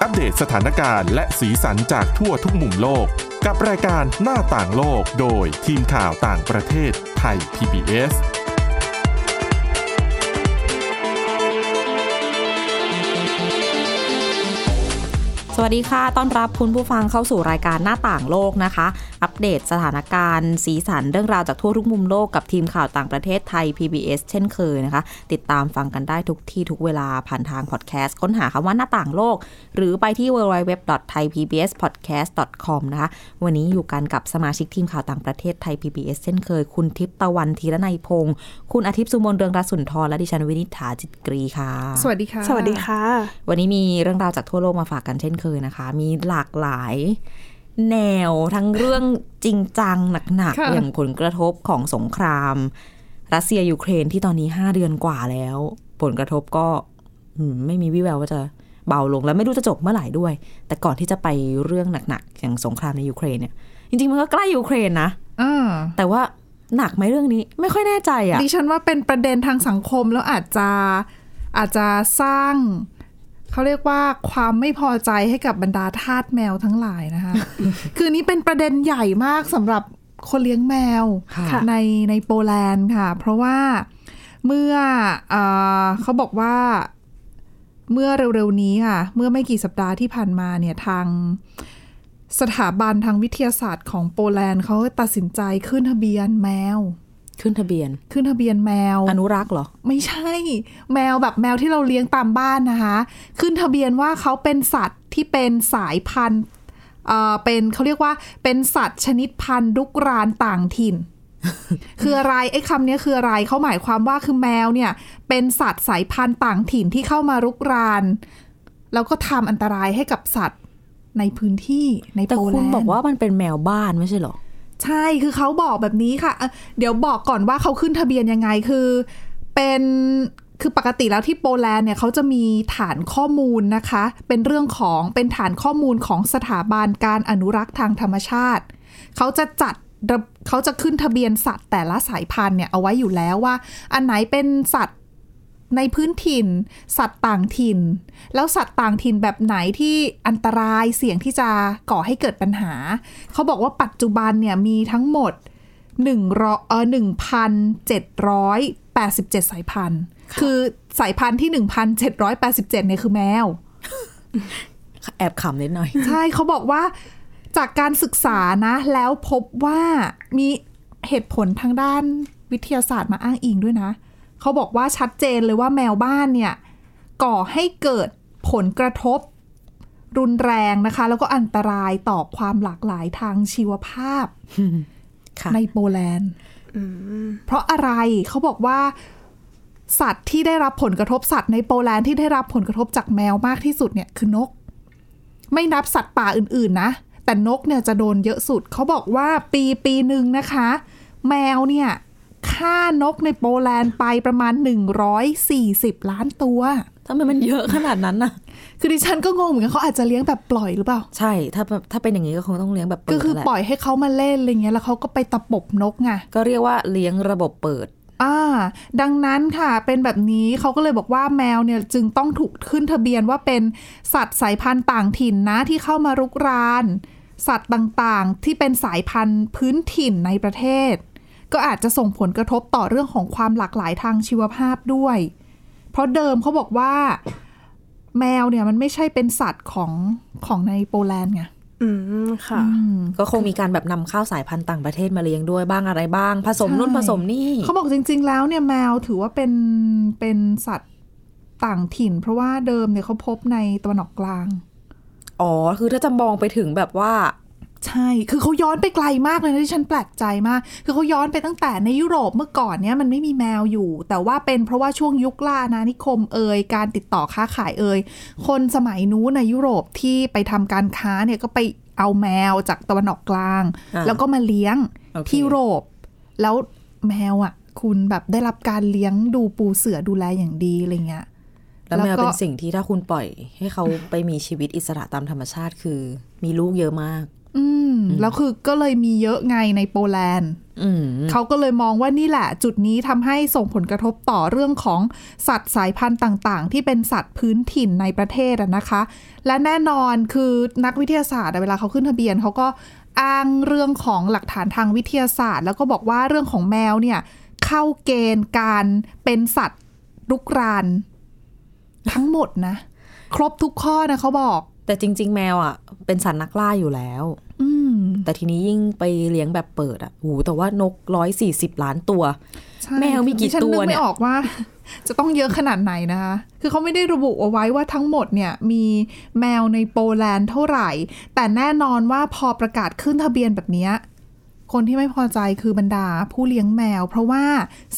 อัปเดตสถานการณ์และสีสันจากทั่วทุกมุมโลก กับรายการหน้าต่างโลกโดยทีมข่าวต่างประเทศไทย PBS สวัสดีค่ะ ต้อนรับคุณผู้ฟังเข้าสู่รายการหน้าต่างโลกนะคะ อัปเดตสถานการณ์ สีสันเรื่องราวจากทั่วทุกมุมโลกกับทีมข่าวต่างประเทศไทย PBS เช่นเคยนะคะ ติดตามฟังกันได้ทุกที่ทุกเวลาผ่านทางพอดแคสต์ ค้นหาคำว่าหน้าต่างโลก หรือไปที่ www.thaipbspodcast.com นะคะ วันนี้อยู่กันกับสมาชิกทีมข่าวต่างประเทศไทย PBS เช่นเคย คุณทิพย์ตะวันธีรนัยพงศ์คุณอาทิตย์สุมนเรืองรัตน์สุนทรและดิฉันวินิษฐาจิตกรีค่ะ สวัสดีค่ะ สวัสดีค่ะ วันนี้มีเรื่องราวจากทั่วโลกมาฝากกันเช่นเคยนะคะ มีหลากหลาย แนวทั้งเรื่อง จริงจังหนัก ค่ะ ๆ อย่างผลกระทบของสงคราม รัสเซียยูเครนที่ตอนนี้ 5 เดือนกว่าแล้ว ผลกระทบก็อืมไม่มีวิแววว่าจะเบาลงและไม่รู้จะจบเมื่อไหร่ด้วย แต่ก่อนที่จะไปเรื่องหนักๆ อย่างสงครามในยูเครนเนี่ยจริงๆมันก็ใกล้ยูเครนนะ อ่า แต่ว่าหนักไหมเรื่องนี้ไม่ค่อยแน่ใจอะ ดิฉันว่าเป็นประเด็นทางสังคมแล้วอาจจะอาจจะสร้าง เขาเรียกว่าความไม่พอใจให้กับบรรดาทาสแมวทั้งหลาย นะคะ คือนี้เป็นประเด็นใหญ่มากสำหรับคนเลี้ยงแมว ค่ะ ในในโปแลนด์ค่ะ เพราะว่าเมื่อเออเขาบอกว่าเมื่อเร็วๆนี้ค่ะ เมื่อไม่กี่สัปดาห์ที่ผ่านมาเนี่ยทาง สถาบันทางวิทยาศาสตร์ของโปแลนด์เขาตัดสินใจขึ้นทะเบียนแมว ขึ้นทะเบียน ขึ้นทะเบียนแมว อนุรักษ์เหรอ ไม่ใช่ แมวแบบแมวที่เราเลี้ยงตามบ้านนะคะ ขึ้นทะเบียนว่าเขาเป็นสัตว์ที่เป็นสายพันธุ์เอ่อเป็นเขาเรียกว่าเป็นสัตว์ชนิดพันธุ์ลุกรานต่าง ถิ่น คืออะไรไอ้คำเนี้ยคืออะไรเขาหมายความว่าคือแมวเนี่ย เป็นสัตว์สายพันธุ์ต่างถิ่นที่เข้ามารุกราน แล้วก็ทำอันตรายให้กับสัตว์ในพื้นที่ใน แต่ โปแลนด์ คุณบอกว่ามันเป็นแมวบ้านไม่ใช่เหรอ ใช่ คือเขาบอกแบบนี้ค่ะเอ่อเดี๋ยวบอกก่อนว่าเขาขึ้นทะเบียนยังไง คือ เป็น คือปกติแล้วที่โปแลนด์เนี่ยเขาจะมีฐานข้อมูลนะคะ เป็นเรื่องของ เป็นฐานข้อมูลของสถาบันการอนุรักษ์ทางธรรมชาติ เขาจะจัดระเขาจะขึ้นทะเบียนสัตว์แต่ละสายพันธุ์เนี่ยเอาไว้อยู่แล้วว่า อันไหนเป็นสัตว์ในพื้นถิ่น สัตว์ต่างถิ่น แล้วสัตว์ต่างถิ่นแบบไหนที่อันตรายเสี่ยงที่จะก่อให้เกิดปัญหา เขาบอกว่าปัจจุบันเนี่ยมีทั้งหมด1 0เออ1,787 สายพันธุ์ คือสายพันธุ์ที่ 1,787เนี่ยคือแมว แอบขำนิดหน่อย ใช่เขาบอกว่าจากการศึกษานะ แล้วพบว่ามีเหตุผลทางด้านวิทยาศาสตร์มาอ้างอิงด้วยนะ เขาบอกว่าชัดเจนเลยว่าแมวบ้านเนี่ย ก่อให้เกิดผลกระทบรุนแรงนะคะ แล้วก็อันตรายต่อความหลากหลายทางชีวภาพ ค่ะ ในโปแลนด์เพราะอะไรเขาบอกว่า สัตว์ที่ได้รับผลกระทบสัตว์ในโปแลนด์ที่ได้รับผลกระทบจากแมวมากที่สุดเนี่ยคือนก ไม่นับสัตว์ป่าอื่นๆนะ แต่นกเนี่ยจะโดนเยอะสุด เขาบอกว่าปีปีหนึ่งนะคะ แมวเนี่ยฆ่านกในโปแลนด์ไปประมาณ 140 ล้านตัว ทำไมมันเยอะขนาดนั้นน่ะ คือดิฉันก็งงเหมือนกันเขาอาจจะเลี้ยงแบบปล่อยหรือเปล่า ใช่ ถ้าถ้าเป็นอย่างนี้ก็คงต้องเลี้ยงแบบเปิด ก็คือ แหละ ปล่อยให้เขามาเล่นอะไรเงี้ยแล้วเขาก็ไปตะปบนกไง ก็เรียกว่าเลี้ยงระบบเปิด อ่าดังนั้นค่ะเป็นแบบนี้เขาก็เลยบอกว่าแมวเนี่ยจึงต้องถูกขึ้นทะเบียนว่าเป็นสัตว์สายพันธุ์ต่างถิ่นนะที่เข้ามารุกราน สัตว์ต่างๆ ที่เป็นสายพันธุ์พื้นถิ่นในประเทศ ก็อาจจะส่งผลกระทบต่อเรื่องของความหลากหลายทางชีวภาพด้วย เพราะเดิมเขาบอกว่า แมวเนี่ยมันไม่ใช่เป็นสัตว์ของของในโปแลนด์ไง อืม ค่ะ ก็คงมีการแบบนำเข้าสายพันธุ์ต่างประเทศมาเลี้ยงด้วยบ้างอะไรบ้าง ผสมนู่นผสมนี่ เขาบอกจริง ๆ แล้วเนี่ยแมวถือว่าเป็นเป็นสัตว์ต่างถิ่น เพราะว่าเดิมเนี่ยเขาพบในตะวันออกกลาง อ๋อ คือถ้าจะมองไปถึงแบบว่า ใช่ คือเขาย้อนไปไกลมากเลยนะที่ฉันแปลกใจมาก คือเขาย้อนไปตั้งแต่ในยุโรปเมื่อก่อนเนี่ยมันไม่มีแมวอยู่ แต่ว่าเป็นเพราะว่าช่วงยุคล่าอาณานิคมเอยการติดต่อค้าขายเอยคนสมัยนู้นในยุโรปที่ไปทำการค้าเนี่ยก็ไปเอาแมวจากตะวันออกกลาง อ่า แล้วก็มาเลี้ยง โอเค ที่ยุโรป แล้วแมวอ่ะ คุณแบบได้รับการเลี้ยงดูปูเสือดูแลอย่างดีอะไรเงี้ย แล้วแมว แล้วก็ เป็นสิ่งที่ถ้าคุณปล่อย ให้เขาไปมีชีวิตอิสระตามธรรมชาติคือ มีลูกเยอะมาก อืม มแล้วคือก็เลยมีเยอะไงในโปแลนด์ อืม เขาก็เลยมองว่านี่แหละ จุดนี้ทำให้ส่งผลกระทบต่อเรื่องของสัตว์สายพันธุ์ต่างๆ ที่เป็นสัตว์พื้นถิ่นในประเทศอะนะคะ และแน่นอนคือนักวิทยาศาสตร์อะเวลาเขาขึ้นทะเบียนเขาก็อ้างเรื่องของหลักฐานทางวิทยาศาสตร์ แล้วก็บอกว่าเรื่องของแมวเนี่ยเข้าเกณฑ์การเป็นสัตว์รุกรานทั้งหมดนะ ครบทุกข้อนะเขาบอก แต่จริง ๆ แมวอ่ะ เป็นสัตว์นักล่าอยู่แล้ว อืม แต่ทีนี้ยิ่งไปเลี้ยงแบบเปิดอ่ะหูแต่ว่านกร้อยสี่สิบล้านตัว ใช่ แมวมีกี่ ดิฉั ตัว ก เนี่ ไม่ ย ออกว่า จะต้องเยอะขนาดไหนนะคะ คือเขาไม่ได้ระบุเอาไว้ว่าทั้งหมดเนี่ยมีแมวในโปแลนด์เท่าไหร่ แต่แน่นอนว่าพอประกาศขึ้นทะเบียนแบบเนี้ยคนที่ไม่พอใจคือบรรดาผู้เลี้ยงแมว เพราะว่า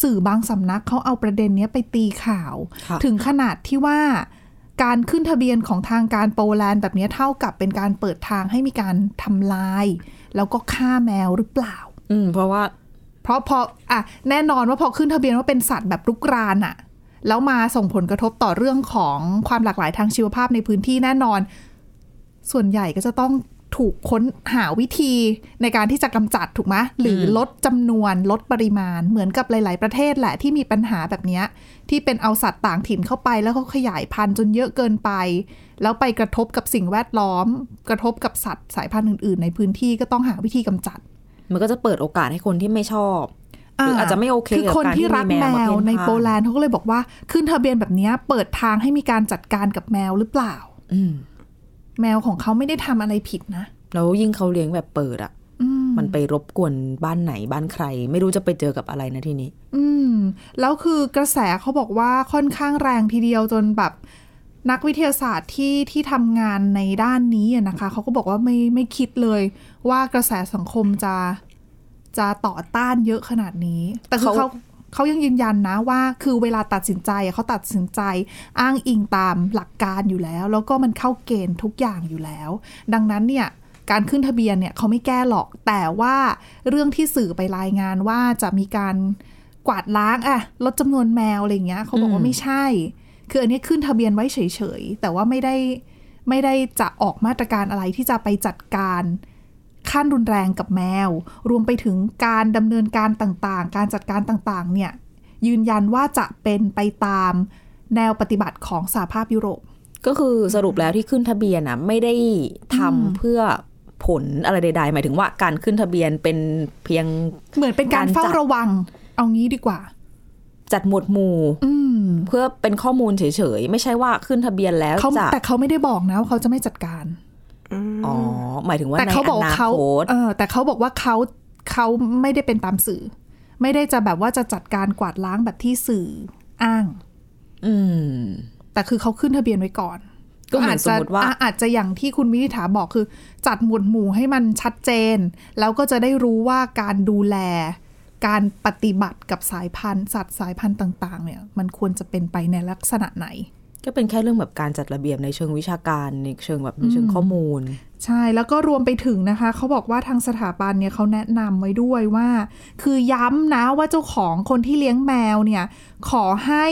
สื่อบางสำนักเขาเอาประเด็นเนี้ยไปตีข่าว ค่ะ ถึงขนาดที่ว่า การขึ้นทะเบียนของทางการโปแลนด์แบบเนี้ยเท่ากับเป็นการเปิดทางให้มีการทำลาย แล้วก็ฆ่าแมวหรือเปล่า อืม เพราะว่า เพราะพออ่ะแน่นอนว่าพอขึ้นทะเบียนว่าเป็นสัตว์แบบรุกรานอะแล้วมาส่งผลกระทบต่อเรื่องของความหลากหลายทางชีวภาพในพื้นที่แน่นอน ส่วนใหญ่ก็จะต้องถูกค้นหาวิธีในการที่จะกำจัดถูกไหมหรืออลดจำนวนลดปริมาณเหมือนกับหลาย ๆ ประเทศแหละที่มีปัญหาแบบเนี้ยที่เป็นเอาสัตว์ต่างถิ่นเข้าไปแล้วเขาขยายพันธุ์จนเยอะเกินไป แล้วไปกระทบกับสิ่งแวดล้อม กระทบกับสัตว์สายพันธุ์อื่น ๆ ในพื้นที่ก็ต้องหาวิธีกำจัด มันก็จะเปิดโอกาสให้คนที่ไม่ชอบ หรืออาจจะไม่โอเค คือ กับ คน การที่ ที่รัก มี แม แมวมาเพ่ วน พ่าน ในโปแลนด์เขาก็เลยบอกว่าขึ้นทะเบียนแบบเนี้ยเปิดทางให้มีการจัดการกับแมวหรือเปล่า อืม แมวของเขาไม่ได้ทำอะไรผิดนะ แล้วยิ่งเขาเลี้ยงแบบเปิดอ่ะ อืม มันไปรบกวนบ้านไหนบ้านใคร ไม่รู้จะไปเจอกับอะไรนะทีนี้ อืม แล้วคือกระแสเขาบอกว่าค่อนข้างแรงทีเดียวจนแบบนักวิทยาศาสตร์ที่ที่ทำงานในด้านนี้อะนะคะ เขาก็บอกว่าไม่ไม่คิดเลย ว่ากระแสสังคมจะจะต่อต้านเยอะขนาดนี้ แต่คือ เขา เขาเขายังยืนยันนะว่า คือเวลาตัดสินใจอะเขาตัดสินใจอ้างอิงตามหลักการอยู่แล้ว แล้วก็มันเข้าเกณฑ์ทุกอย่างอยู่แล้ว ดังนั้นเนี่ยการขึ้นทะเบียนเนี่ยเขาไม่แก้หรอกแต่ว่าเรื่องที่สื่อไปรายงานว่าจะมีการกวาดล้างอะลดจำนวนแมวอะไรอย่างเงี้ยเขาบอกว่าไม่ใช่ คืออันนี้ขึ้นทะเบียนไว้เฉยๆ แต่ว่าไม่ได้ไม่ได้จะออกมาตรการอะไรที่จะไปจัดการขั้นรุนแรงกับแมว รวมไปถึงการดำเนินการต่างๆ การจัดการต่างๆ เนี่ย ยืนยันว่าจะเป็นไปตามแนวปฏิบัติของสหภาพยุโรป ก็คือสรุปแล้วที่ขึ้นทะเบียนอ่ะ ไม่ได้ทำเพื่อผลอะไรใดๆ หมายถึงว่าการขึ้นทะเบียนเป็นเพียง เหมือนเป็นการ การจัด เฝ้าระวัง เอางี้ดีกว่า จัดหมวดหมู่ อืม เพื่อเป็นข้อมูลเฉยๆ ไม่ใช่ว่าขึ้นทะเบียนแล้ว เขา จะ แต่เขาไม่ได้บอกนะว่าเขาจะไม่จัดการ อ๋อหมายถึงว่า แต่ ใน เขาบอก อนา เขา คต เออแต่เขาบอกว่าเขาเขาไม่ได้เป็นตามสื่อ ไม่ได้จะแบบว่าจะจัดการกวาดล้างแบบที่สื่ออ้าง อืม แต่คือเขาขึ้นทะเบียนไว้ก่อน ก็เหมือนสมมติว่า อจจะอ่ะอาจจะอย่างที่คุณวินิษฐาบอกคือ จัดหมวดหมู่ให้มันชัดเจน แล้วก็จะได้รู้ว่าการดูแล การปฏิบัติกับสายพันธุ์ สัตว์สายพันธุ์ต่าง ๆ เนี่ย มันควรจะเป็นไปในลักษณะไหน ก็เป็นแค่เรื่องแบบการจัดระเบียบในเชิงวิชาการในเชิงแบบในเชิงข้อมูล ใช่ แล้วก็รวมไปถึงนะคะ เขาบอกว่าทางสถาบันเนี่ยเขาแนะนำไว้ด้วยว่า คือย้ำนะว่าเจ้าของคนที่เลี้ยงแมวเนี่ย ขอให้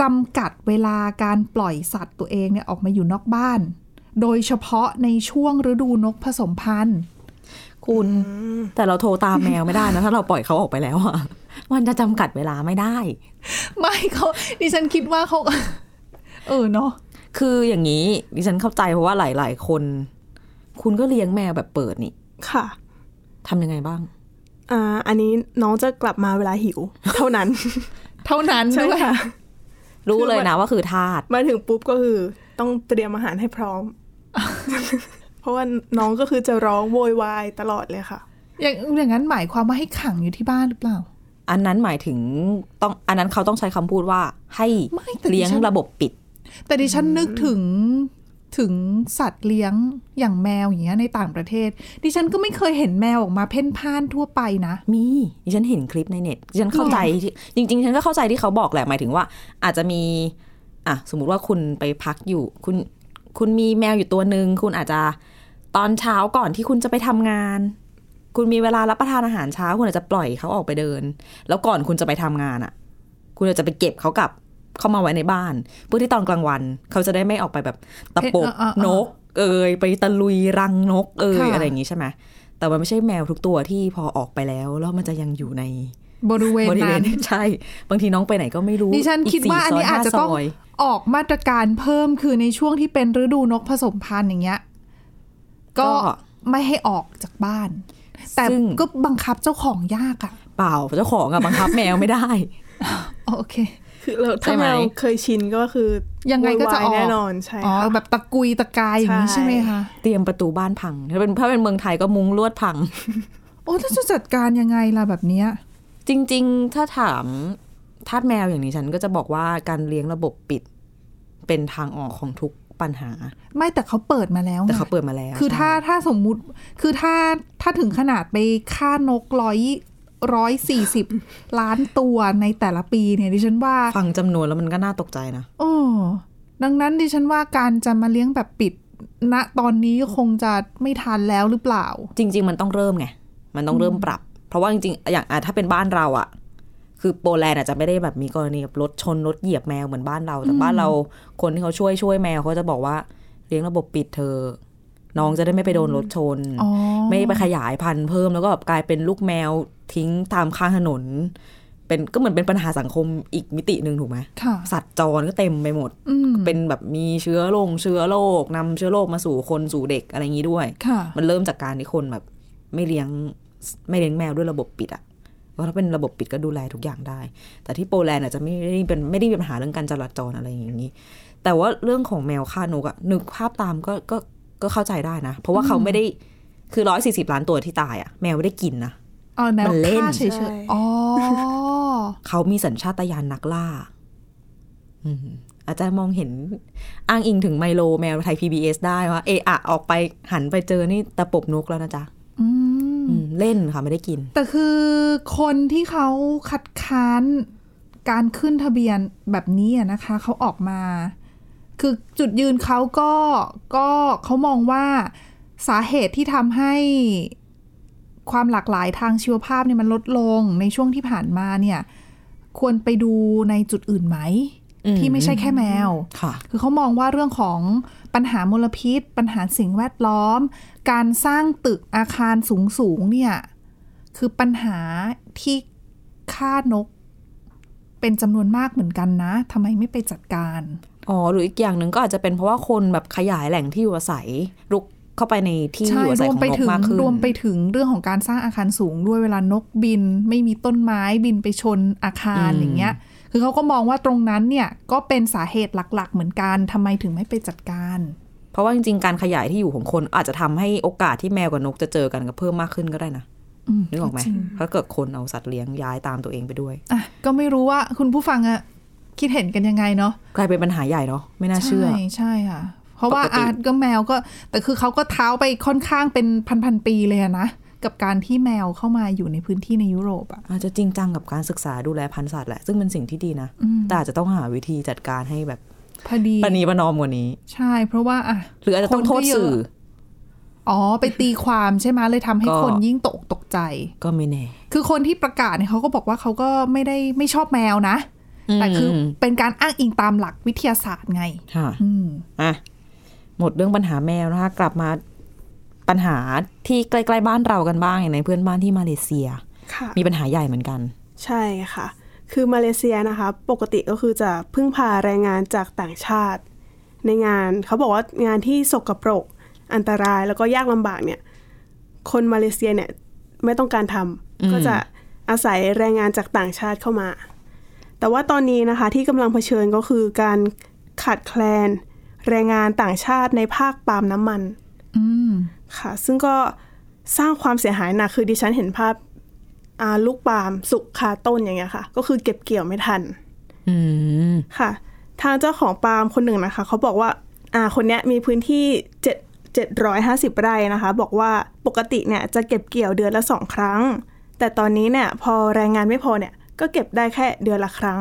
จำกัดเวลาการปล่อยสัตว์ตัวเองเนี่ยออกมาอยู่นอกบ้าน โดยเฉพาะในช่วงฤดูนกผสมพันธุ์ คุณแต่เราโทรตามแมวไม่ได้นะ ถ้าเราปล่อยเขาออกไปแล้วอะ มันจะจำกัดเวลาไม่ได้ ไม่เขาดิฉันคิดว่า เขา เออเนาะ คืออย่างนี้ดิฉันเข้าใจเพราะว่าหลาย ๆ คน คุณก็เลี้ยงแมวแบบเปิดนี่ ค่ะ ทำยังไงบ้าง อ่าอันนี้น้องจะกลับมาเวลาหิว เท่านั้น เท่านั้น ใช่ ด้วย ค่ะ รู้เลยนะว่าคือทาส มาถึงปุ๊บก็คือต้องเตรียมอาหารให้พร้ อม เพราะว่าน้องก็คือจะร้องโวยวายตลอดเลยค่ะ อย่างอย่างนั้นหมายความว่าให้ขังอยู่ที่บ้านหรือเปล่า อันนั้นหมายถึงต้องอันนั้นเขาต้องใช้คำพูดว่าให้ ไม่แต่ดิฉัน เลี้ยงระบบปิด แต่ดิฉันนึกถึงถึงสัตว์เลี้ยงอย่างแมวอย่างเงี้ยในต่างประเทศ ดิฉันก็ไม่เคยเห็นแมวออกมาเพ่นพ่านทั่วไปนะ มีดิฉันเห็นคลิปในเน็ตดิฉันเข้าใจที่จริงๆ ฉันก็เข้าใจที่เขาบอกแหละหมายถึงว่า อาจจะมี อ่ะสมมุติว่าคุณไปพักอยู่ คุณคุณมีแมวอยู่ตัวหนึ่งคุณอาจจะตอนเช้าก่อนที่คุณจะไปทำงาน คุณมีเวลารับประทานอาหารเช้า คุณอาจจะปล่อยเขาออกไปเดิน แล้วก่อนคุณจะไปทำงานอ่ะ คุณอาจจะไปเก็บเขากลับเข้ามาไว้ในบ้าน เพื่อที่ตอนกลางวัน เขาจะได้ไม่ออกไปแบบตะปบ เอ๊ะเออเออเออ นก เอ่ยไปตะลุยรังนกเอ่ย ค่ะ อะไรอย่างงี้ใช่ไหมแต่มันไม่ใช่แมวทุกตัวที่พอออกไปแล้ว แล้วมันจะยังอยู่ใน บริเวณ บริเวณนั้ น ใช่ บางทีน้องไปไหนก็ไม่รู้ ดิฉัน ก คิดว่า สี่ อันซนี้ย อาจจะ ห้ ต้อง ซย ออกมาตรการเพิ่มคือในช่วงที่เป็นฤดูนกผสมพันธุ์อย่างเงี้ย ก็ ก็ ไม่ให้ออกจากบ้าน แต่ ซึ่ง ก็บังคับเจ้าของยากอะ เปล่าเจ้าของอะบังคับแมวไม่ได้ อ๋อโอเค คือเรา ใช่ ถ้า ไหม แมวเคยชินก็คือ ยังไงก็จะออก โวยวายแน่นอนใช่ อ๋อ ค่ะ แบบตะกุยตะกายอย่างนี้ ใช่ ใช่ไหมคะ เตรียมประตูบ้านพัง ถ้าเป็นถ้าเป็นเมืองไทยก็มุงลวดพัง โอ้ถ้าจะจัดการยังไงล่ะแบบเนี้ย จริง ๆ ถ้าถามทาสแมวอย่างนี้ฉันก็จะบอกว่าการเลี้ยงระบบปิด เป็นทางออกของทุกปัญหา ไม่แต่เขาเปิดมาแล้วไง แต่เขาเปิดมาแล้ว คือถ้า ใช่ ถ้าสมมุติคือถ้าถ้าถึงขนาดไปฆ่านกร้อยร้อยสี่สิบล้านตัวในแต่ละปีเนี่ยดิฉันว่า ฟังจำนวนแล้วมันก็น่าตกใจนะ โอ้ดังนั้นดิฉันว่าการจะมาเลี้ยงแบบปิดณตอนนี้คงจะไม่ทันแล้วหรือเปล่า จริง ๆ มันต้องเริ่มไง มันต้องเริ่มปรับ เพราะว่าจริงๆ อย่างอ่ะถ้าเป็นบ้านเราอะคือโปแลนด์อาจจะไม่ได้แบบมีกรณีแบบรถชนรถเหยียบแมวเหมือนบ้านเรา แต่บ้านเราคนที่เขาช่วยช่วยแมวเขาจะบอกว่าเลี้ยงระบบปิดเธอะน้องจะได้ไม่ไปโดนรถชน อ๋อ ไม่ไปขยายพันธุ์เพิ่มแล้วก็แบบกลายเป็นลูกแมวทิ้งตามข้างถนน เป็นก็เหมือนเป็นปัญหาสังคมอีกมิติหนึ่งถูกไหม ค่ะ สัตว์จรก็เต็มไปหมด อืม เป็นแบบมีเชื้อโรคเชื้อโรคนำเชื้อโรคมาสู่คนสู่เด็กอะไรอย่างนี้ด้วย ค่ะ มันเริ่มจากการที่คนแบบ ไม่เลี้ยงไม่เลี้ยงแมวด้วยระบบปิดอะเพราะถ้าเป็นระบบปิดก็ดูแลทุกอย่างได้ แต่ที่โปแลนด์อาจจะไม่ได้เป็นไม่ได้มีปัญหาเรื่องการจราจรอะไรอย่างนี้ แต่ว่าเรื่องของแมวฆ่านกอะนึกภาพตามก็ก็ก็เข้าใจได้นะ เพราะว่าเขาไม่ได้คือร้อยสี่สิบล้านตัวที่ตายอะแมวไม่ได้กินนะ เออแนว มันเล่น ฆ่าเฉย ใช่ ๆ อ๋อ เขามีสัญชาตญาณนักล่า อืมอาจจะมองเห็นอ้างอิงถึงไมโลแมวไทย PBS ได้ว่าเอะอะออกไปหันไปเจอนี่ตะปบนกแล้วนะจ๊ะ อืม อืมเล่นค่ะไม่ได้กิน แต่คือคนที่เขาคัดค้านการขึ้นทะเบียนแบบนี้อะนะคะเขาออกมา คือจุดยืนเขาก็ก็เขามองว่าสาเหตุที่ทำให้ความหลากหลายทางชีวภาพเนี่ยมันลดลงในช่วงที่ผ่านมาเนี่ย ควรไปดูในจุดอื่นไหม อืม ที่ไม่ใช่แค่แมว ค่ะ คือเขามองว่าเรื่องของปัญหามลพิษ ปัญหาสิ่งแวดล้อม การสร้างตึกอาคารสูงสูงๆเนี่ยคือปัญหาที่ฆ่านก เป็นจำนวนมากเหมือนกันนะทำไมไม่ไปจัดการ อ๋อหรืออีกอย่างหนึ่งก็อาจจะเป็นเพราะว่าคนแบบขยายแหล่งที่อยู่อาศัยรุกเข้าไปในที่อ ใช่ ยู่อาศั ร ยว ข ม อง ไป นก ถึง มากขึ้น รวมไปถึงเรื่องของการสร้างอาคารสูงด้วยเวลานกบิน ไม่มีต้นไม้บินไปชนอาคารอย่างเงี้ย คือเขาก็มองว่าตรงนั้นเนี่ยก็เป็นสาเหตุหลักๆ เหมือนกันทำไมถึงไม่ไปจัดการ เพราะว่าจริงๆการขยายที่อยู่ของคนอาจจะทำให้โอกาสที่แมวกับนกจะเจอกันก็เพิ่มมากขึ้นก็ได้นะ อืม นึกออกไหมถ้าเกิดคนเอาสัตว์เลี้ยงย้ายตามตัวเองไปด้วย อ่ะก็ไม่รู้ว่าคุณผู้ฟังอะคิดเห็นกันยังไงเนาะ กลายเป็นปัญหาใหญ่เนาะไม่น่าเชื่อ ใช่ใช่ค่ะ เพราะว่า ปกติ อาร์ตก็แมวก็ แต่คือเขาก็เท้าไปค่อนข้างเป็นพันพันๆปีเลยอะนะ กับการที่แมวเข้ามาอยู่ในพื้นที่ในยุโรปอะ อาจจะจริงจังกับการศึกษาดูแลพันธุ์สัตว์แหละซึ่งเป็นสิ่งที่ดีนะแต่อาจจะต้องหาวิธีจัดการให้แบบ พอดี ปณีประนอมกว่านี้ ใช่เพราะว่าอ่ะ หรืออาจจะต้องโทษสื่อ คนก็เยอะ อ๋อไปตีความใช่ไหมเลยทำให้ ก็ คนยิ่งตกอกตกใจ ก็ไม่แน่ คือคนที่ประกาศเนี่ยเขาก็บอกว่าเขาก็ไม่ได้ไม่ชอบแมวนะ แต่คืออ ม เป็นการอ้างอิงตามหลักวิทยาศาสตร์ไง ค่ะ อืม อ่ะหมดเรื่องปัญหาแมวนะคะ กลับมาปัญหาที่ใกล้ๆบ้านเรากันบ้างอย่างในเพื่อนบ้านที่มาเลเซีย ค่ะ มีปัญหาใหญ่เหมือนกัน ใช่ค่ะ คือมาเลเซียนะคะ ปกติก็คือจะพึ่งพาแรงงานจากต่างชาติ ในงานเขาบอกว่างานที่สกปรก อันตรายแล้วก็ยากลำบากเนี่ย คนมาเลเซียเนี่ยไม่ต้องการทำก็จะอาศัยแรงงานจากต่างชาติเข้ามา แต่ว่าตอนนี้นะคะที่กำลังเผชิญก็คือการขาดแคลน แรงงานต่างชาติในภาคปาล์มน้ำมัน อืม ค่ะ ซึ่งก็สร้างความเสียหายหนักคือดิฉันเห็นภาพอ่าลูกปาล์มสุกคาต้นอย่างเงี้ยค่ะ ก็คือเก็บเกี่ยวไม่ทัน อืม ค่ะ ทางเจ้าของปาล์มคนหนึ่งนะคะ เขาบอกว่าอ่าคนเนี้ยมีพื้นที่เจ็ดเจ็ดร้อยห้าสิบไร่นะคะ บอกว่าปกติเนี่ยจะเก็บเกี่ยวเดือนละสองครั้ง แต่ตอนนี้เนี่ยพอแรงงานไม่พอเนี่ยก็เก็บได้แค่เดือนละครั้ง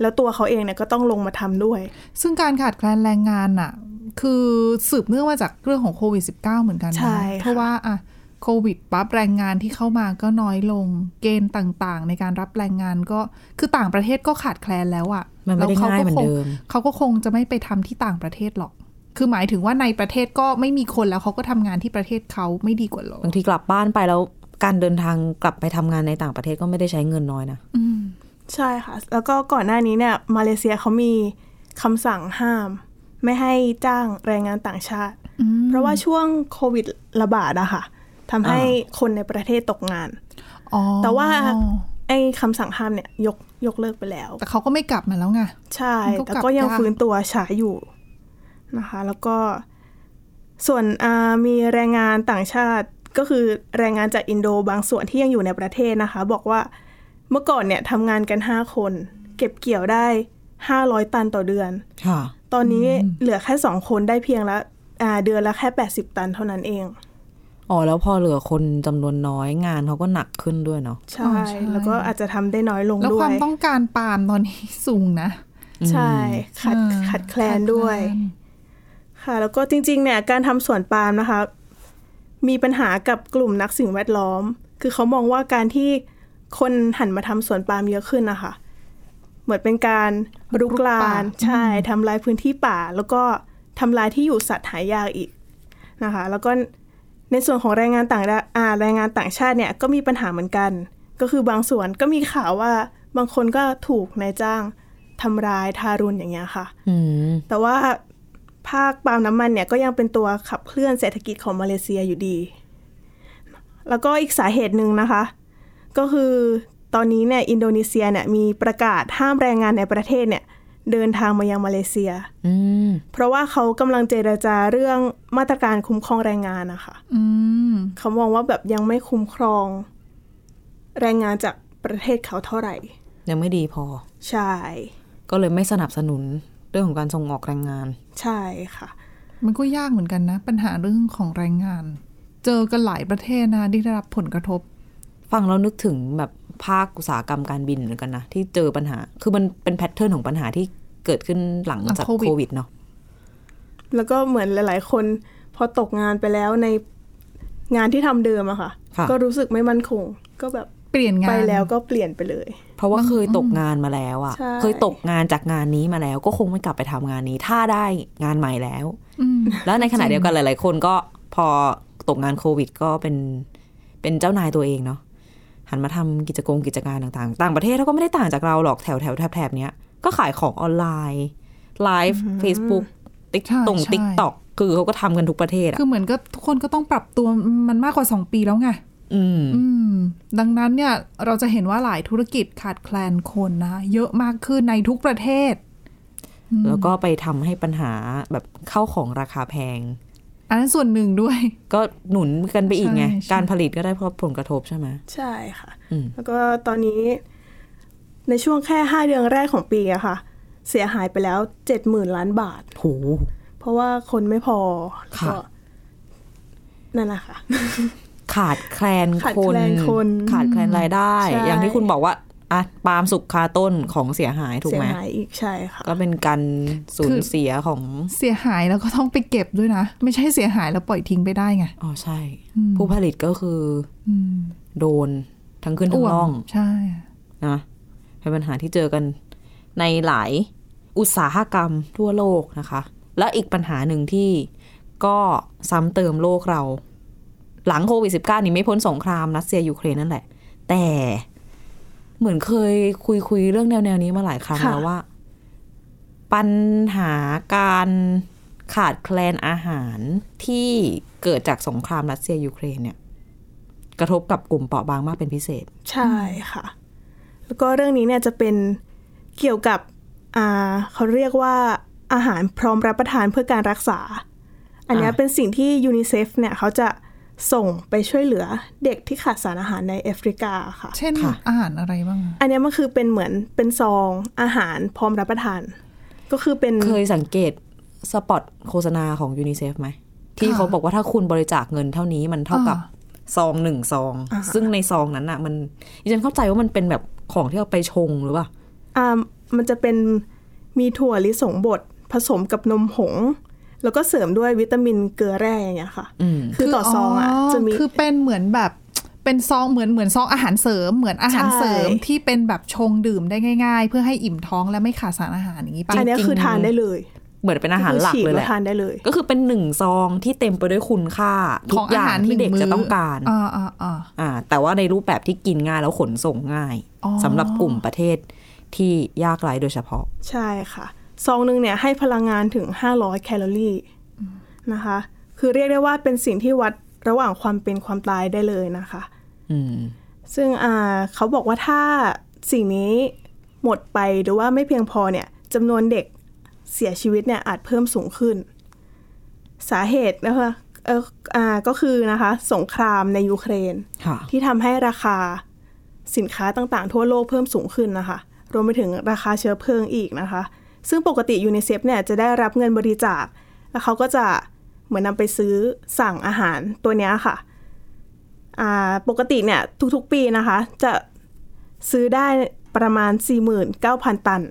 แล้วตัวเขาเองเนี่ยก็ต้องลงมาทำด้วย ซึ่งการขาดแคลนแรงงานน่ะ คือสืบเนื่องมาจากเรื่องของโควิด -19 เหมือนกัน ใช่ นะ ค่ะ เพราะว่าอะโควิดปั๊บแรงงานที่เข้ามาก็น้อยลง เกณฑ์ต่างๆ ในการรับแรงงานก็คือต่างประเทศก็ขาดแคลนแล้วอะ มันไม่ได้ แล้ว ง่ายเหมือน คง เดิม เขาก็คงจะไม่ไปทำที่ต่างประเทศหรอก คือหมายถึงว่าในประเทศก็ไม่มีคนแล้วเขาก็ทำงานที่ประเทศเขาไม่ดีกว่าเหรอบ างทีกลับบ้านไปแล้วการเดินทางกลับไปทำงานในต่างประเทศก็ไม่ได้ใช้เงินน้อยนะ อืม ใช่ค่ะ แล้วก็ก่อนหน้านี้เนี่ยมาเลเซียเขามีคำสั่งห้าม ไม่ให้จ้างแรงงานต่างชาติ อืม เพราะว่าช่วงโควิดระบาดอะค่ะทำให้คนในประเทศตกงาน อ๋อ แต่ว่าไอ้คำสั่งห้ามเนี่ยยกยกเลิกไปแล้ว แต่เขาก็ไม่กลับมาแล้วไง ใช่ มันก็ แต่ กลับ ก็ยัง ยาก ฟื้นตัวฉายอยู่นะคะ แล้วก็ส่วนอ่ามีแรงงานต่างชาติก็คือแรงงานจากอินโดบางส่วนที่ยังอยู่ในประเทศนะคะ บอกว่าเมื่อก่อนเนี่ยทำงานกัน 5 คน เก็บเกี่ยวได้ 500 ตันต่อเดือน ค่ะ ตอนนี้เหลือแค่ 2 คนได้เพียงละอ่าเดือนละแค่ 80 ตันเท่านั้นเอง อ๋อแล้วพอเหลือคนจำนวนน้อยงานเขาก็หนักขึ้นด้วยเนาะ ใช่ อ๋อใช่ แล้วก็อาจจะทำได้น้อยลง แล้ว ด้ คววาม ย ต้องการปาล์มตอนนี้สูงนะ ใช่ขาด อ่า ขาดแคลนด้วย ค่ะแล้วก็จริงๆเนี่ยการทำสวนปาล์มนะคะ มีปัญหากับกลุ่มนักสิ่งแวดล้อม คือเขามองว่าการที่คนหันมาทำสวนปาล์มเยอะขึ้นนะคะเหมือนเป็นการรุกรานใช่ทำลายพื้นที่ป่า แล้วก็ทำลายที่อยู่สัตว์หายากอีกนะคะ แล้วก็ในส่วนของแรงงานต่างดาอ่าแรงงานต่างชาติเนี่ยก็มีปัญหาเหมือนกัน ก็คือบางส่วนก็มีข่าวว่าบางคนก็ถูกนายจ้างทำร้ายทารุณอย่างเงี้ยค่ะ อืม แต่ว่าภาคปาล์มน้ำมันเนี่ยก็ยังเป็นตัวขับเคลื่อนเศรษฐกิจของมาเลเซียอยู่ดี แล้วก็อีกสาเหตุหนึ่งนะคะ ก็คือตอนนี้เนี่ยอินโดนีเซียเนี่ยมีประกาศห้ามแรงงานในประเทศเนี่ยเดินทางมายังมาเลเซีย อืม เพราะว่าเขากำลังเจรจาเรื่องมาตรการคุ้มครองแรงงานนะคะ อืม เขามองว่าแบบยังไม่คุ้มครองแรงงานจากประเทศเขาเท่าไหร่ ยังไม่ดีพอ ใช่ ก็เลยไม่สนับสนุนเรื่องของการส่งออกแรงงาน ใช่ค่ะ มันก็ยากเหมือนกันนะ ปัญหาเรื่องของแรงงาน เจอกันหลายประเทศนะที่ได้รับผลกระทบ ฟังแล้วนึกถึงแบบภาคอุตสาหกรรมการบินเหมือนกันนะ ที่เจอปัญหา คือมันเป็นแพทเทิร์นของปัญหาที่เกิดขึ้นหลัง หลัง จาก โควิด โควิดเนาะ แล้วก็เหมือนหลาย ๆ คนพอตกงานไปแล้วในงานที่ทำเดิมอะค่ะ ค่ะ ก็รู้สึกไม่มั่นคง ก็แบบ เปลี่ยนงาน ไปแล้วก็เปลี่ยนไปเลย เพราะว่าเคยตกงานมาแล้วอะ ใช่ เคยตกงานจากงานนี้มาแล้ว ก็คงไม่กลับไปทำงานนี้ ถ้าได้งานใหม่แล้ว อืม แล้วในขณะเดียวกันหลาย ๆ คนก็พอตกงานโควิดก็เป็นเป็นเจ้านายตัวเองเนาะหันมาทำกิจกรรมกิจการต่าง ๆ ต่างประเทศเขาก็ไม่ได้ต่างจากเราหรอกแถวแถวแถบแถบเนี้ยก็ขายของออนไลน์ไลฟ์ Facebook ติ๊ก ใช่ ตง ใช่ ติ๊กต็อกคือเขาก็ทำกันทุกประเทศอะ คือเหมือนก็ทุกคนก็ต้องปรับตัวมันมากกว่า 2 ปีแล้วไง อืม อืม ดังนั้นเนี่ยเราจะเห็นว่าหลายธุรกิจขาดแคลนคนนะ เยอะมากขึ้นในทุกประเทศ แล้วก็ไปทำให้ปัญหาแบบเข้าวของราคาแพง อันนั้นส่วนหนึ่งด้วย ก็หนุนกันไปอีกไง ใช่ใช่ การผลิตก็ได้เพราะผลกระทบใช่ไหม ใช่ค่ะ อืม แล้วก็ตอนนี้ในช่วงแค่ 5 เดือนแรกของปีอะค่ะ เสียหายไปแล้ว 70,000 ล้านบาท โห เพราะว่าคนไม่พอ ค่ะ ก็นั่นแหละค่ะ ขาดแคลน ขาด คน แคลนคน ขาดแคลนรายได้ ใช่ อย่างที่คุณบอกว่าอ่ะปาล์มสุกคาต้นของเสียหายถูก เสีย ไหม หายอีกใช่ค่ะ ก็เป็นการสูญ คือ เสียของ เสียหายแล้วก็ต้องไปเก็บด้วยนะ ไม่ใช่เสียหายแล้วปล่อยทิ้งไปได้ไง อ๋อใช่ อืม ผู้ผลิตก็คือ อืม โดนทั้งขึ้นทั้งล่อง ใช่ นะเป็นปัญหาที่เจอกันในหลายอุตสาหกรรมทั่วโลกนะคะ และอีกปัญหาหนึ่งที่ก็ซ้ำเติมโลกเรา หลังโควิด -19 นี่ไม่พ้นสงครามรัสเซียยูเครนนั่นแหละ แต่เหมือนเคยคุยคุยเรื่องแนวแนวๆนี้มาหลายครั้ง ค่ะ แล้วว่า ปัญหาการขาดแคลนอาหารที่เกิดจากสงครามรัสเซียยูเครนเนี่ย กระทบกับกลุ่มเปราะบางมากเป็นพิเศษ ใช่ค่ะ แล้วก็เรื่องนี้เนี่ยจะเป็นเกี่ยวกับอ่าเขาเรียกว่าอาหารพร้อมรับประทานเพื่อการรักษา อันเนี้ย อ่า เป็นสิ่งที่ยูนิเซฟเนี่ยเขาจะส่งไปช่วยเหลือเด็กที่ขาดสารอาหารในแอฟริกาค่ะ เช่น ค่ะ อาหารอะไรบ้างอะ อันเนี้ยมันคือเป็นเหมือนเป็นซองอาหารพร้อมรับประทาน ก็คือเป็น เคยสังเกตสปอตโฆษณาของยูนิเซฟไหม ที่เขาบอกว่าถ้าคุณบริจาคเงินเท่านี้มันเท่ากับซองหนึ่งซอง อ่า ซึ่งในซองนั้นน่ะ มันดิฉันเข้าใจว่ามันเป็นแบบของที่เอาไปชงหรือเปล่า อ่ามันจะเป็นมีถั่วลิสงบดผสมกับนมหงส์แล้วก็เสริมด้วยวิตามินเกลือแร่อย่างเงี้ยค่ะ อืม คือต่อซองอ่ะจะมี คือเป็นเหมือนแบบ เป็นซองเหมือนเหมือนซองอาหารเสริม เหมือนอาหารเสริม ใช่ ที่เป็นแบบชงดื่มได้ง่าย ๆ เพื่อให้อิ่มท้องและไม่ขาดสารอาหารอย่างนี้ป่ะ อันเนี้ย จริงๆ คือทานได้เลย เหมือนเป็นอาหารหลัก ฉี เลยแห แว ละ ทานได้เลย ก็คือเป็นหนึ่งซองที่เต็มไปด้วยคุณค่าทุกอย่างที่เด็กจะต้องการ อ่าอ่าอ่า อ่าแต่ว่าในรูปแบบที่กินง่ายแล้วขนส่งง่าย อ๋อ สำหรับกลุ่มประเทศที่ยากไร้โดยเฉพาะ ใช่ค่ะ ซองหนึ่งเนี่ยให้พลังงานถึง 500 แคลอรี่นะคะ คือเรียกได้ว่าเป็นสิ่งที่วัดระหว่างความเป็นความตายได้เลยนะคะ อืม ซึ่งอ่าเขาบอกว่าถ้าสิ่งนี้หมดไปหรือว่าไม่เพียงพอเนี่ยจำนวนเด็กเสียชีวิตเนี่ยอาจเพิ่มสูงขึ้น สาเหตุนะคะเอออ่าก็คือนะคะ สงครามในยูเครน ค่ะ ที่ทำให้ราคาสินค้าต่างๆ ทั่วโลกเพิ่มสูงขึ้นนะคะ รวมไปถึงราคาเชื้อเพลิงอีกนะคะ ซึ่งปกติยูนิเซฟเนี่ยจะได้รับเงินบริจาค แล้วเขาก็จะเหมือนนำไปซื้อสั่งอาหารตัวเนี้ยค่ะอ่าปกติเนี่ยทุกๆปีนะคะ จะซื้อได้ประมาณ 49,000 ตัน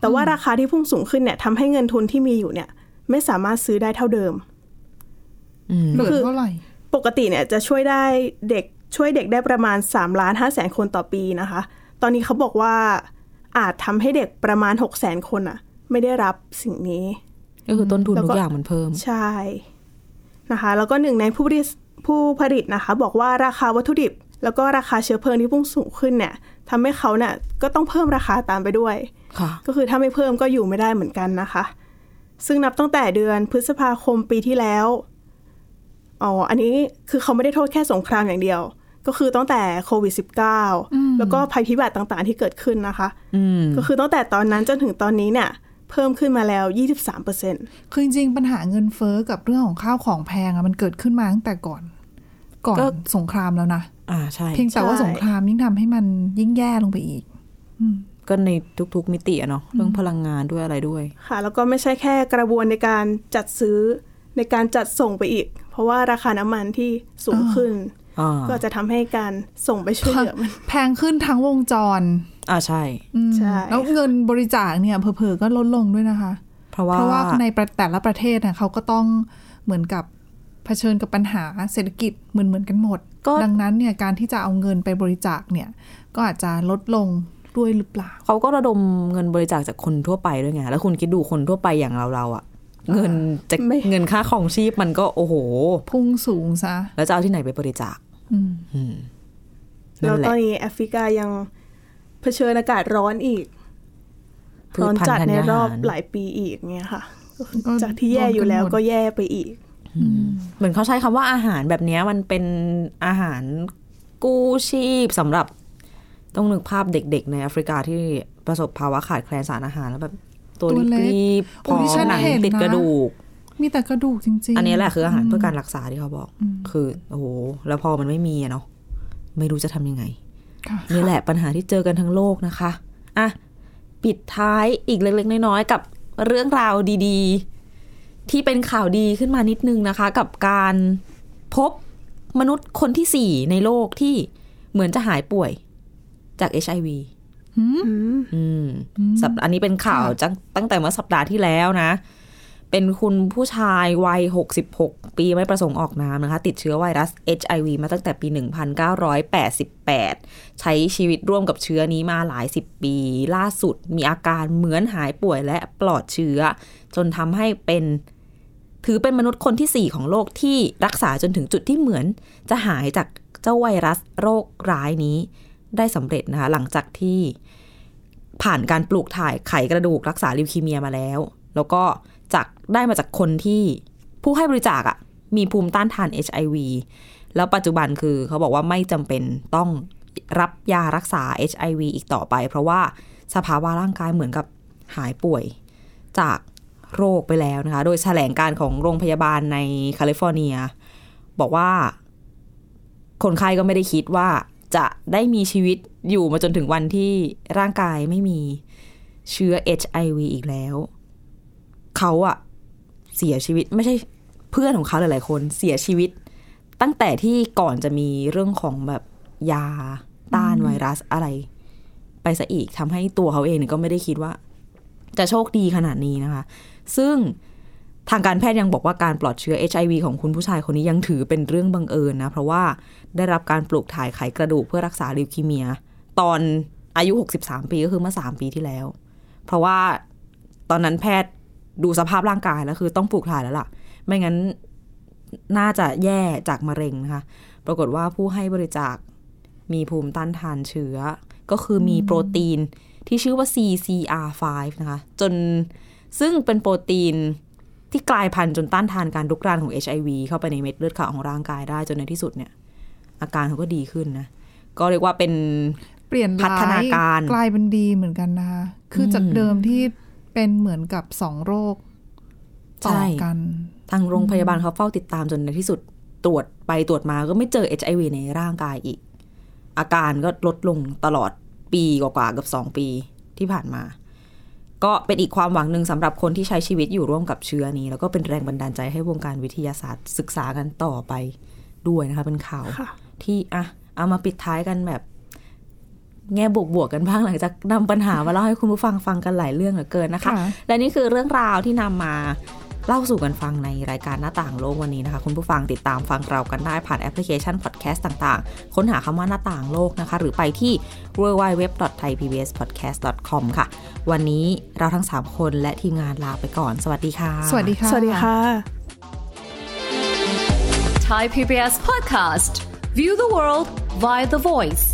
แต่ว่าราคาที่พุ่งสูงขึ้นเนี่ยทำให้เงินทุนที่มีอยู่เนี่ยไม่สามารถซื้อได้เท่าเดิม เหลือเท่าไหร่ ปกติเนี่ยจะช่วยได้เด็กช่วยเด็กได้ประมาณ3ล้าน5แสนคนต่อปีนะคะ ตอนนี้เขาบอกว่าอาจทำให้เด็กประมาณ6แสนคนอะไม่ได้รับสิ่งนี้ ก็คือต้นทุน แล้ว ทุ ก็ กอย่างมันเพิ่ม ใช่นะคะ แล้วก็หนึ่งในผู้ผลิตผู้ผลิตนะคะ บอกว่าราคาวัตถุดิบ แล้วก็ราคาเชื้อเพลิงที่พุ่งสูงขึ้นเนี่ยทำให้เขาเนี่ยก็ต้องเพิ่มราคาตามไปด้วย ค่ะ ก็คือถ้าไม่เพิ่มก็อยู่ไม่ได้เหมือนกันนะคะ ซึ่งนับตั้งแต่เดือนพฤษภาคมปีที่แล้ว อ๋อ อันนี้คือเขาไม่ได้โทษแค่สงครามอย่างเดียว ก็คือตั้งแต่โควิด -19 แล้วก็ภัยพิบัติต่างๆ ที่เกิดขึ้นนะคะ อืม ก็คือตั้งแต่ตอนนั้นจนถึงตอนนี้เนี่ย เพิ่มขึ้นมาแล้ว 23เปอร์เซ็นต์ คือจริงๆปัญหาเงินเฟ้อกับเรื่องของข้าวของแพงอะมันเกิดขึ้นมาตั้งแต่ก่อน ก่อน ก็ สงครามแล้วนะ อ่าใช่ เพียงแต่ว่า ใช่ สงครามยิ่งทำให้มันยิ่งแย่ลงไปอีก ก็ในทุกๆมิติอะเนาะเรื่องพลังงานด้วยอะไรด้วย ค่ะ แล้วก็ไม่ใช่แค่กระบวนในการจัดซื้อในการจัดส่งไปอีก เพราะว่าราคาน้ำมันที่สูงขึ้น อ่า ก็จะทำให้การส่งไปช่วยเหลือมัน แพงขึ้นทั้งวงจร อ่าใช่ อืม ใช่ แล้วเงินบริจาคเนี่ยเผลอๆก็ลดลงด้วยนะคะ เพราะว่า เพราะว่าในประแต่ละประเทศน่ะเขาก็ต้องเหมือนกับเผชิญกับปัญหาเศรษฐกิจเหมือนเหมือนๆกันหมด ก็ ดังนั้นเนี่ยการที่จะเอาเงินไปบริจาคเนี่ย ก็อาจจะลดลงด้วยหรือเปล่า เขาก็ระดมเงินบริจาคจากคนทั่วไปด้วยไง แล้วคุณคิดดูคนทั่วไปอย่างเราเราๆอะเงินจะ ไม่ เงินค่าของชีพมันก็โอ้โห พุ่งสูงซะ แล้วจะเอาที่ไหนไปบริจาค อืม อืม แล้ นั่ วน แห ตอ ละ นนี้แอฟริกายังเผชิญอากาศร้อนอีก พื ร้ ช อน พัน จัด ธุ์ธั ใน ญ ร ญา อบ หาร หลายปีอีกเนี่ยค่ะ ก็ จากที่แย่อยู่แล้ว รวมกันหมด ก็แย่ไปอีก อืมเหมือนเขาใช้คำว่าอาหารแบบเนี้ยมันเป็นอาหารกู้ชีพสำหรับ ต้องนึกภาพเด็กๆ ในแอฟริกาที่ประสบภาวะขาดแคลนสารอาหารแล้วแบบ ตัว ตัวเล็ก รีบๆผโอ้อ ดิ ม ฉัน หนัง เห็น ติด นะ กระดูก มีแต่กระดูกจริงๆ อันนี้แหละคืออาหาร ม เพื่อการรักษาที่เขาบอก คือโอ้โหแล้วพอมันไม่มีอะเนาะไม่รู้จะทำยังไง ค่ะ นี่แหละปัญหาที่เจอกันทั้งโลกนะคะอ่ะปิดท้ายอีกเล็กๆน้อยๆกับเรื่องราวดีๆ ที่เป็นข่าวดีขึ้นมานิดนึงนะคะ กับการพบมนุษย์คนที่สี่ในโลกที่เหมือนจะหายป่วยจาก HIV อืมสัปอันนี้เป็นข่าวจังตั้งแต่เมื่อสัปดาห์ที่แล้วนะ เป็นคุณผู้ชายวัย 66 ปีไม่ประสงค์ออกนามนะคะ ติดเชื้อไวรัส HIV มาตั้งแต่ปี 1988 ใช้ชีวิตร่วมกับเชื้อนี้มาหลาย 10 ปี ล่าสุดมีอาการเหมือนหายป่วยและปลอดเชื้อ จนทำให้เป็น ถือเป็นมนุษย์คนที่ 4 ของโลกที่รักษาจนถึงจุดที่เหมือน จะหายจากเจ้าไวรัสโรคร้ายนี้ได้สำเร็จนะคะ หลังจากที่ ผ่านการปลูกถ่ายไขกระดูกรักษาลิวคีเมียมาแล้ว แล้วก็จากได้มาจากคนที่ผู้ให้บริจาคอะมีภูมิต้านทาน HIV แล้วปัจจุบันคือเขาบอกว่าไม่จำเป็นต้องรับยารักษา HIV อีกต่อไป เพราะว่าสภาวะร่างกายเหมือนกับหายป่วยจากโรคไปแล้วนะคะ โดยแถลงการของโรงพยาบาลในแคลิฟอร์เนีย บอกว่า คนไข้ก็ไม่ได้คิดว่าจะได้มีชีวิตอยู่มาจนถึงวันที่ร่างกายไม่มีเชื้อ HIV อีกแล้ว เขาอะเสียชีวิตไม่ใช่เพื่อนของเขาหลายๆคนเสียชีวิต ตั้งแต่ที่ก่อนจะมีเรื่องของแบบยาต้านไวรัสอะไร ไปซะอีกทำให้ตัวเขาเองเนี่ยก็ไม่ได้คิดว่า จะโชคดีขนาดนี้นะคะ ซึ่ง ทางการแพทย์ยังบอกว่าการปลอดเชื้อ HIV ของคุณผู้ชายคนนี้ยังถือเป็นเรื่องบังเอิญนะ เพราะว่าได้รับการปลูกถ่ายไขกระดูกเพื่อรักษาลิวคีเมีย ตอนอายุ 63 ปีก็คือเมื่อ 3 ปีที่แล้ว เพราะว่าตอนนั้นแพทย์ ดูสภาพร่างกายแล้วคือต้องปลูกถ่ายแล้วล่ะ ไม่งั้นน่าจะแย่จากมะเร็งนะคะ ปรากฏว่าผู้ให้บริจาคมีภูมิต้านทานเชื้อ ก็คือมีโปรตีนที่ชื่อว่า CCR5 นะคะ จนซึ่งเป็นโปรตีนที่กลายพันธุ์จนต้านทานการลุกรานของ HIV เข้าไปในเม็ดเลือดขาวของร่างกายได้จนในที่สุดเนี่ย อาการเขาก็ดีขึ้นนะ ก็เรียกว่าเป็น เปลี่ยนร้ย พัฒนาการ กลายเป็นดีเหมือนกันนะคะคือจากเดิมที่เป็นเหมือนกับสองโรคต่อกัน ทางโรงพยาบาลเขาเฝ้าติดตามจนในที่สุดตรวจไปตรวจมาก็ไม่เจอ HIV ในร่างกายอีก อาการก็ลดลงตลอดปีกว่าๆเกับ 2 ปีที่ผ่านมา ก็เป็นอีกความหวังหนึ่งสำหรับคนที่ใช้ชีวิตอยู่ร่วมกับเชื้อนี้ แล้วก็เป็นแรงบันดาลใจให้วงการวิทยาศาสตร์ศึกษากันต่อไปด้วยนะคะเป็นข่าว ค่ะ ที่อ่ะเอามาปิดท้ายกันแบบ แง่บวกๆกันบ้างหลังจากนำปัญหามาเล่าให้คุณผู้ฟังฟังกันหลายเรื่องเหลือเกินนะคะ ค่ะ และนี่คือเรื่องราวที่นำมาเล่าสู่กันฟังในรายการหน้าต่างโลกวันนี้นะคะ คุณผู้ฟังติดตามฟังเรากันได้ผ่านแอปพลิเคชันพอดแคสต์ต่างๆ ค้นหาคำว่าหน้าต่างโลกนะคะ หรือไปที่ www.thaipbspodcast.com ค่ะ วันนี้เราทั้งสามคนและทีมงานลาไปก่อน สวัสดีค่ะ สวัสดีค่ะ สวัสดีค่ะ Thai PBS podcast. View the world via the voice.